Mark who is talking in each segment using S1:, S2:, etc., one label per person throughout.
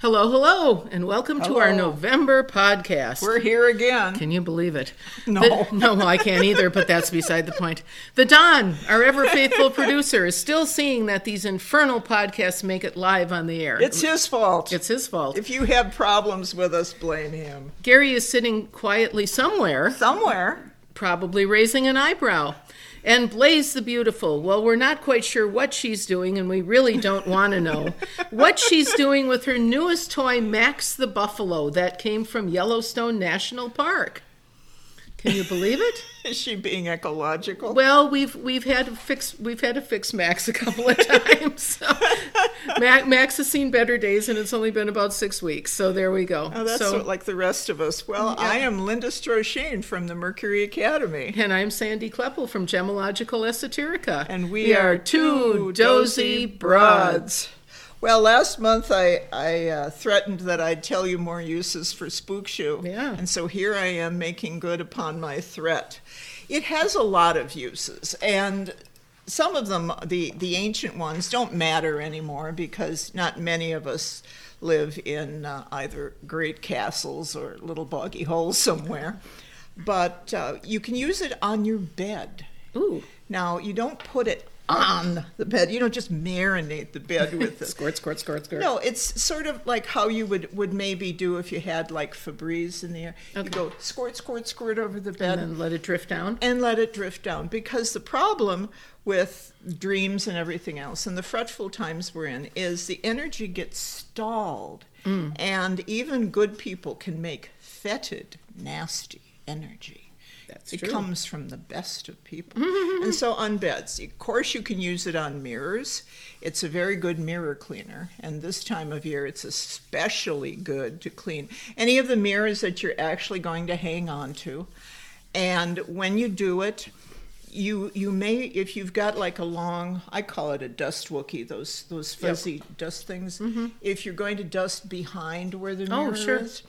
S1: Hello, hello, and welcome to our
S2: Hello.
S1: November podcast.
S2: We're here again.
S1: Can you believe it?
S2: No.
S1: The- no, well, I can't either, but that's beside the point. The Don, our ever faithful producer, is still seeing that these infernal podcasts make it live on the air.
S2: It's his fault.
S1: It's his fault.
S2: if you have problems with us, blame him.
S1: Gary is sitting quietly somewhere,
S2: Somewhere.
S1: probably raising an eyebrow. And Blaze the Beautiful, well, we're not quite sure what she's doing, and we really don't want to know what she's doing with her newest toy, Max the Buffalo, that came from Yellowstone National Park. Can you believe it?
S2: Is she being ecological?
S1: Well, we've we've had to fix we've had to fix Max a couple of times. So Max, Max has seen better days, and it's only been about six weeks. So there we go.
S2: Oh, that's
S1: so,
S2: what, like the rest of us. Well, I am Linda Strochine from the Mercury Academy.
S1: And I'm Sandy Kleppel from Gemological Esoterica.
S2: And we, are, two
S1: dozy broads.
S2: Well, last month I, I uh, threatened that I'd tell you more uses for Spook Shoe.
S1: Yeah.
S2: And so here I am making good upon my threat. It has a lot of uses, and some of them, the, the ancient ones, don't matter anymore because not many of us live in uh, either great castles or little boggy holes somewhere. But uh, you can use it on your bed.
S1: Ooh.
S2: Now, you don't put it on the bed. You don't just marinate the bed with it.
S1: Squirt, squirt, squirt, squirt.
S2: No, it's sort of like how you would, would maybe do if you had like Febreze in the air.
S1: Okay. Mm-hmm.
S2: You go squirt, squirt, squirt over the bed
S1: And then let it drift down.
S2: and let it drift down. Because the problem with dreams and everything else, and the fretful times we're in, is the energy gets stalled.
S1: Mm.
S2: And even good people can make fetid, nasty energy.
S1: That's
S2: it
S1: true.
S2: comes from the best of people. and so on beds, of course, you can use it on mirrors. It's a very good mirror cleaner. And this time of year, it's especially good to clean any of the mirrors that you're actually going to hang on to. And when you do it, you you may if you've got like a long I call it a dust wookie those those fuzzy dust things if you're going to dust behind where the
S1: Mm-hmm. Oh,
S2: mirror
S1: sure.
S2: is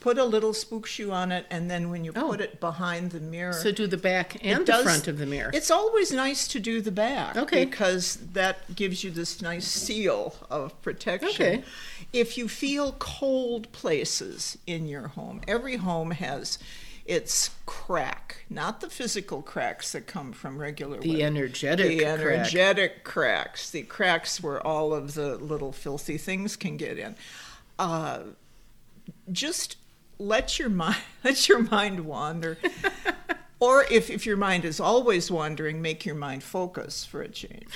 S2: put a little spook shoe on it and then when you
S1: Oh.
S2: put it behind the mirror
S1: So do the back and the
S2: does-
S1: front of the mirror.
S2: It's always nice to do the back.
S1: Okay.
S2: Because that gives you this nice seal of protection.
S1: Okay.
S2: If you feel cold places in your home, every home has its crack, not the physical cracks that come from regular
S1: the
S2: weather
S1: energetic.
S2: the
S1: crack.
S2: energetic cracks, the cracks where all of the little filthy things can get in. Uh, just let your mind let your mind wander. or if, if your mind is always wandering, make your mind focus for a change.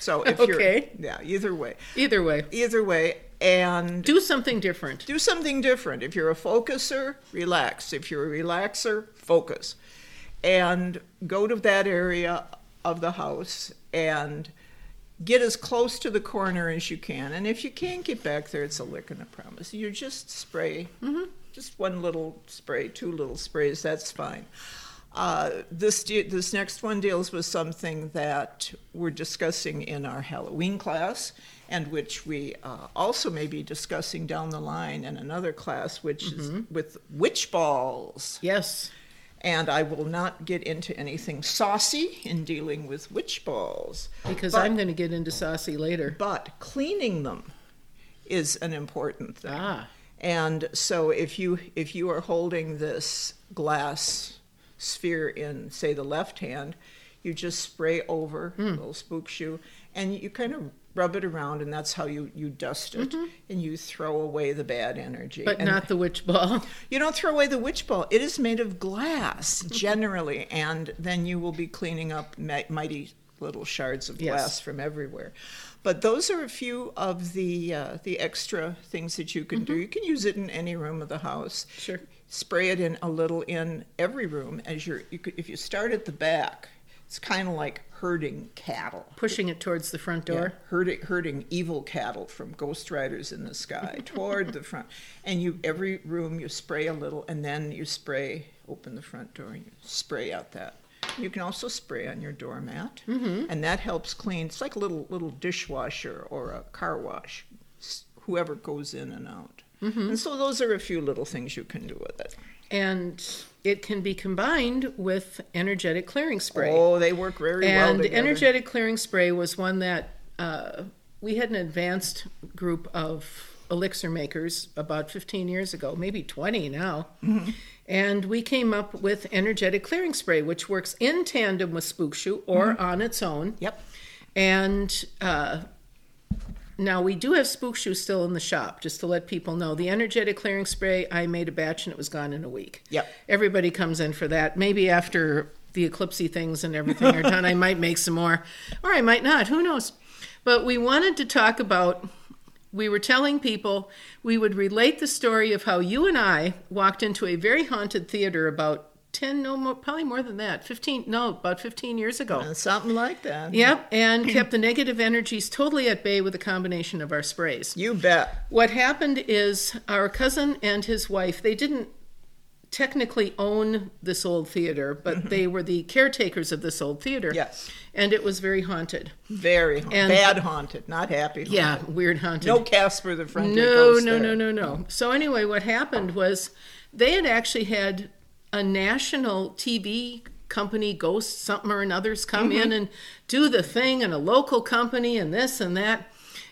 S2: So if
S1: Okay.
S2: you're yeah, either way.
S1: Either way,
S2: Either way and
S1: do something different.
S2: do something different. If you're a focuser, relax. If you're a relaxer, focus. And go to that area of the house and get as close to the corner as you can. And if you can't get back there, it's a lick and a promise. You just spray, just one little spray, two little sprays, that's fine. Uh, this, de- this next one deals with something that we're discussing in our Halloween class, and which we uh, also may be discussing down the line in another class, which is
S1: Mm-hmm.
S2: with witch balls.
S1: Yes.
S2: And I will not get into anything saucy in dealing with witch balls.
S1: Because
S2: but,
S1: I'm going to get into saucy later.
S2: But cleaning them is an important thing.
S1: Ah.
S2: And so if you if you are holding this glass sphere in say the left hand, you just spray over
S1: Hmm.
S2: a little spook shoe and you kind of rub it around and that's how you you dust it and you throw away the bad energy.
S1: Mm-hmm. But
S2: And
S1: not the witch ball.
S2: you don't throw away the witch ball. It is made of glass
S1: Mm-hmm.
S2: generally and then you will be cleaning up mi- mighty little shards of
S1: Yes.
S2: glass from everywhere. But those are a few of the uh, the extra things that you can do. You can use it in any room of the house.
S1: Mm-hmm. Sure.
S2: Spray it in a little in every room as you're. You could, if you start at the back, it's kind of like herding cattle.
S1: Pushing it towards the front door.
S2: Yeah, herding, herding evil cattle from ghost riders in the sky toward the front. And you, every room, you spray a little, and then you spray, open the front door, and you spray out that. You can also spray on your doormat, and that helps clean. It's like a little little dishwasher or a car wash. s- Whoever goes in and out. And so those are a few little things you can do with it.
S1: And it can be combined with energetic clearing spray.
S2: Oh, they work very well
S1: and
S2: together.
S1: energetic clearing spray was one that uh, we had an advanced group of elixir makers about 15 years ago, maybe 20 now.
S2: Mm-hmm.
S1: And we came up with energetic clearing spray, which works in tandem with spook shoe or on its own.
S2: Mm-hmm. Yep.
S1: And uh, now we do have spook shoe still in the shop, just to let people know. The energetic clearing spray, I made a batch and it was gone in a week.
S2: Yep.
S1: Everybody comes in for that. Maybe after the eclipsey things and everything are done, I might make some more, or I might not. Who knows? But we wanted to talk about. We were telling people we would relate the story of how you and I walked into a very haunted theater about 10, no more, probably more than that, 15, no, about 15 years ago.
S2: And Uh, something like that.
S1: Yep, and kept the negative energies totally at bay with a combination of our sprays.
S2: You bet.
S1: What happened is our cousin and his wife, they didn't technically own this old theater, but they were the caretakers of this old theater.
S2: Yes.
S1: And it was very haunted.
S2: Very haunted.
S1: And-
S2: bad haunted, not happy.
S1: Yeah,
S2: haunted.
S1: weird haunted.
S2: No Casper the Friendly
S1: no,
S2: Ghost
S1: no, no,
S2: there.
S1: no, no. So anyway, what happened was they had actually had a national TV company, Ghost something or another's, come
S2: Mm-hmm.
S1: in and do the thing, and a local company, and this and that.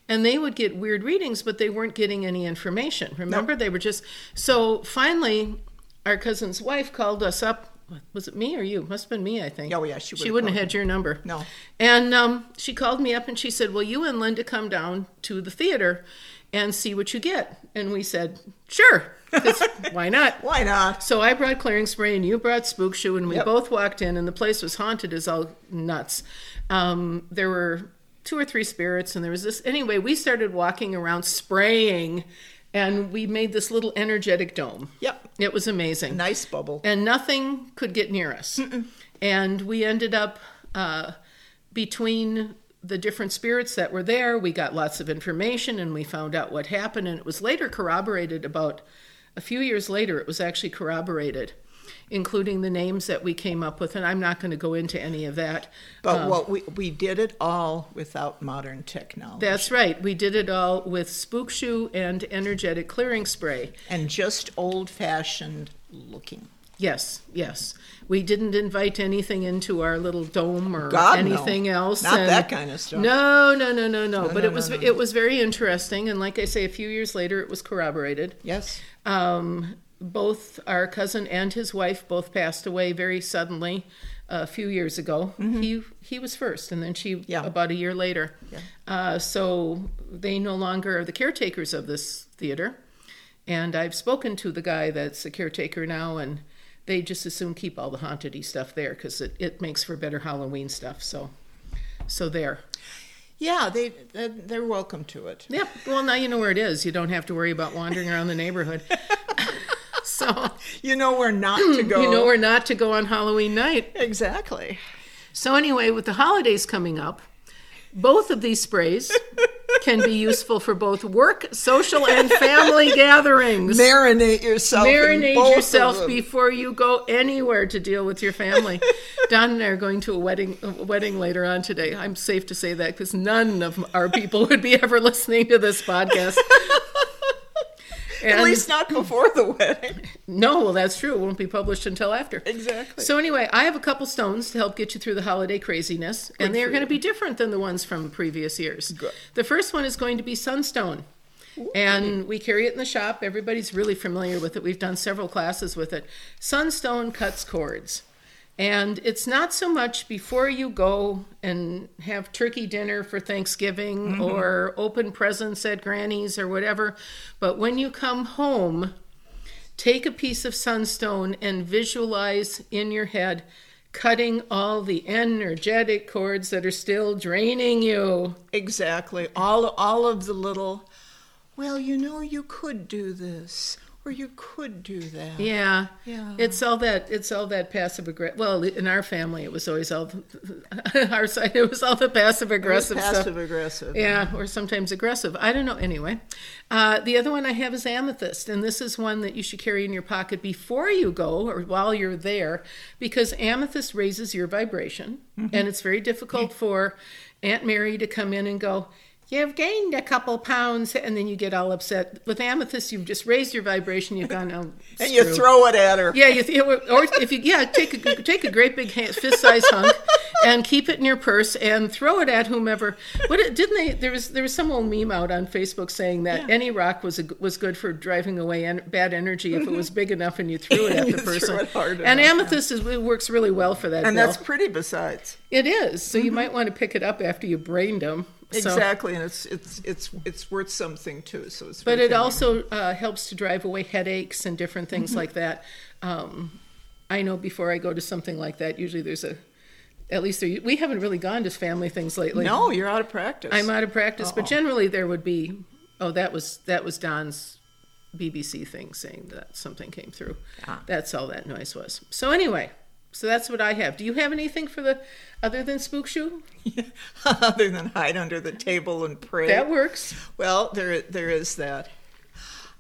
S1: And they would get weird readings, but they weren't getting any information. Remember, they were just so. Finally, our cousin's wife called us up. Was it me or you? Must have been me, I think.
S2: Oh, yeah, she
S1: she
S2: would've
S1: wouldn't
S2: called
S1: have had your number.
S2: No.
S1: And um, she called me up and she said, Will you and Linda come down to the theater and see what you get? And we said, Sure. 'cause why not?
S2: Why not?
S1: So I brought clearing spray and you brought spook shoe, and we
S2: Yep.
S1: both walked in, and the place was haunted as all nuts. Um, there were two or three spirits, and there was this. Anyway, we started walking around spraying, and we made this little energetic dome.
S2: Yep.
S1: It was amazing
S2: Nice bubble.
S1: and nothing could get near us. And we ended up uh, between the different spirits that were there. We got lots of information and we found out what happened. And it was later corroborated about a few years later, it was actually corroborated, including the names that we came up with. And I'm not going to go into any of that. uh,
S2: But what we, we did it all without modern technology.
S1: That's right. We did it all with spook shoe and energetic clearing spray.
S2: and just old fashioned looking.
S1: Yes, yes. We didn't invite anything into our little dome or
S2: God, no.
S1: anything else.
S2: Not
S1: and-
S2: that kind of stuff.
S1: No, no, no, no, no. but
S2: no,
S1: it was
S2: no, no.
S1: it was very interesting, and like I say, a few years later, it was corroborated.
S2: Yes.
S1: Um, both our cousin and his wife both passed away very suddenly uh, a few years ago. He he was first, and then she
S2: Yeah.
S1: about a year later. Uh, so they no longer are the caretakers of this theater. And I've spoken to the guy that's the caretaker now, and they just as soon keep all the hauntedy stuff there because it, it makes for better Halloween stuff. So, so there.
S2: Yeah, they
S1: uh,
S2: they're, they're welcome to it.
S1: Yep. Well, now you know where it is. You don't have to worry about wandering around the neighborhood. so
S2: You know where not to go.
S1: you know where not to go on Halloween night.
S2: exactly.
S1: So anyway, with the holidays coming up, both of these sprays can be useful for both work, social, and family gatherings.
S2: Marinate yourself. in
S1: Marinate
S2: both of
S1: yourself
S2: them.
S1: before you go anywhere to deal with your family. Don and I are going to a wedding a wedding later on today. I'm safe to say that because none of our people would be ever listening to this podcast.
S2: At
S1: And-
S2: least not before the wedding.
S1: no, well, that's true. It won't be published until after.
S2: Exactly.
S1: So, anyway, I have a couple stones to help get you through the holiday craziness, and they are
S2: for
S1: going to be different than the ones from previous years.
S2: Good.
S1: The first one is going to be sunstone. And we carry it in the shop. Everybody's really familiar with it. We've done several classes with it. Sunstone cuts cords. And it's not so much before you go and have turkey dinner for Thanksgiving
S2: Mm-hmm.
S1: or open presents at Granny's or whatever, but when you come home, take a piece of sunstone and visualize in your head cutting all the energetic cords that are still draining you.
S2: Exactly. All all of the little. Well, you know, you could do this, or you could do that.
S1: Yeah.
S2: Yeah.
S1: It's all that it's all that passive aggressive. Well, in our family it was always all our side it was all the passive aggressive stuff.
S2: Passive aggressive.
S1: Yeah, or sometimes aggressive. I don't know. Anyway, uh, the other one I have is amethyst, and this is one that you should carry in your pocket before you go or while you're there, because amethyst raises your vibration,
S2: Mm-hmm.
S1: and it's very difficult for Aunt Mary to come in and go. You've gained a couple pounds, and then you get all upset. With amethyst, you've just raised your vibration. You've gone, oh,
S2: And you
S1: screw
S2: throw it at her.
S1: yeah, you th- or if you yeah take a, take a great big fist sized hunk and keep it in your purse and throw it at whomever. What it- didn't they? There was there was some old meme out on Facebook saying that any rock was a, was good for driving away en- bad energy if it was big enough and you threw it at
S2: You
S1: the
S2: threw
S1: person.
S2: it hard
S1: and
S2: enough,
S1: amethyst is, it works really well for that.
S2: And
S1: Bill.
S2: that's pretty besides.
S1: it is. So
S2: Mm-hmm.
S1: you might want to pick it up after you brained them.
S2: Exactly, and it's it's it's it's worth something too. So it's
S1: But
S2: very
S1: it also uh, helps to drive away headaches and different things like that. Um, I know before I go to something like that, usually there's a, at least there, we haven't really gone to family things lately.
S2: No, you're out of practice.
S1: I'm out of practice, but generally there would be, oh, that was that was Don's BBC thing saying that something came through. That's all that noise was. So anyway, so that's what I have. Do you have anything for the other than spook shoe?
S2: Other than hide under the table and pray.
S1: That works.
S2: well, there there is that.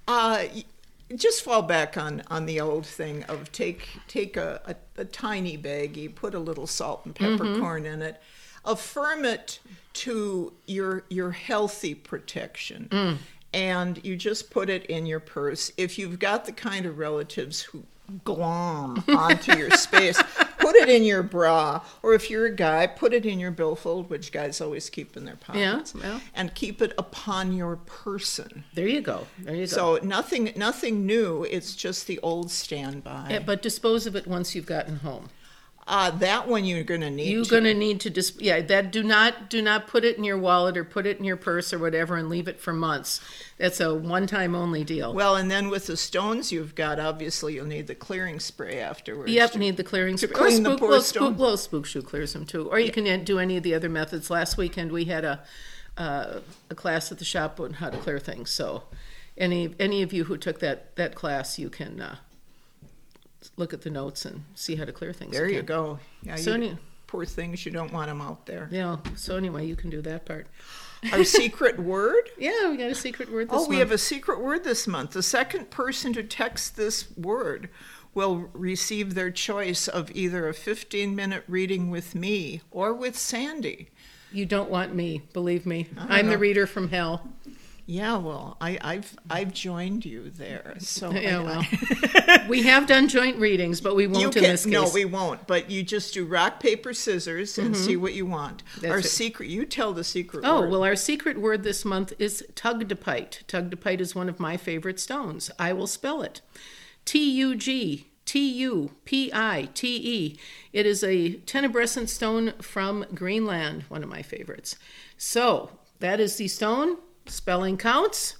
S2: Uh, y- just fall back on on the old thing of take take a, a, a tiny baggie, put a little salt and peppercorn in it, affirm it to your your healthy protection. And you just put it in your purse. If you've got the kind of relatives who glom onto your space, put it in your bra. Or if you're a guy, put it in your billfold, which guys always keep in their pockets
S1: well.
S2: and keep it upon your person.
S1: There you go. There you go.
S2: So nothing, nothing new. It's just the old standby.
S1: Yeah, but dispose of it once you've gotten home.
S2: Uh, that one you're going to need.
S1: You're
S2: to-
S1: going to need to dis- yeah, that do not do not put it in your wallet or put it in your purse or whatever and leave it for months. That's a one-time only deal.
S2: well, and then with the stones you've got, obviously you'll need the clearing spray afterwards.
S1: Yep, need the clearing sp- or
S2: clean the
S1: spook,
S2: poor
S1: well,
S2: stone.
S1: spook, well, spook shoe clears them too. Or you can do any of the other methods. Last weekend we had a uh, a class at the shop on how to clear things. So any any of you who took that that class, you can uh, look at the notes and see how to clear things.
S2: There
S1: again.
S2: you go. Yeah,
S1: So
S2: you-
S1: new.
S2: poor things. You don't want them out there.
S1: Yeah. So anyway, you can do that part.
S2: Our secret word.
S1: Yeah, we got a secret word. This
S2: Oh, we
S1: month.
S2: have a secret word this month. The second person to text this word will receive their choice of either a 15 minute reading with me or with Sandy.
S1: You don't want me, believe me. I'm the reader from hell.
S2: Yeah, well, I, I've I've joined you there. So Oh, I-
S1: Yeah, well, we have done joint readings, but we
S2: you
S1: won't in
S2: can
S1: this case.
S2: no, we won't. But you just do rock paper scissors and see what you want. Our
S1: Mm-hmm. it.
S2: secret. You tell the secret.
S1: Oh,
S2: word.
S1: well, our secret word this month is tugdapite. Tugdapite is one of my favorite stones. I will spell it T U G T U P I T E. It is a tenebrescent stone from Greenland, one of my favorites. So that is the stone. Spelling counts.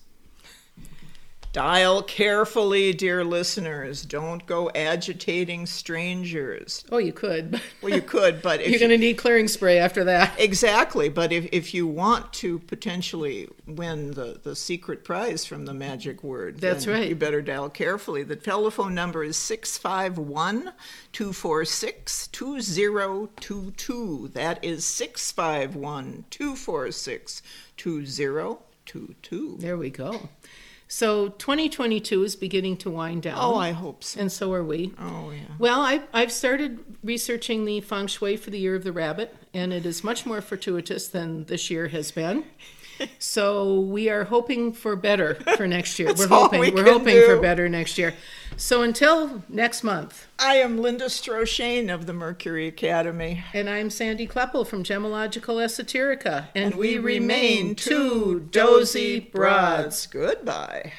S2: dial carefully, dear listeners. Don't go agitating strangers.
S1: Oh, you could. but
S2: Well, you could, but if
S1: You're
S2: you-
S1: going to need clearing spray after that.
S2: Exactly, but if, if you want to potentially win the, the secret prize from the magic word,
S1: That's
S2: then
S1: right.
S2: You better dial carefully. The telephone number is 651 246 2022. That is 651 246 2022.
S1: There we go. So 2022 is beginning to wind down.
S2: Oh, I hope so.
S1: and so are we.
S2: Oh, yeah.
S1: Well, I, I've started researching the feng shui for the year of the rabbit, and it is much more fortuitous than this year has been. So we are hoping for better for next year. we're
S2: all
S1: hoping.
S2: we
S1: are
S2: can
S1: hoping for
S2: do.
S1: better next year. So until next month,
S2: I am Linda Strochane of the Mercury Academy.
S1: and I'm Sandy Kleppel from Gemological Esoterica, and,
S2: Goodbye.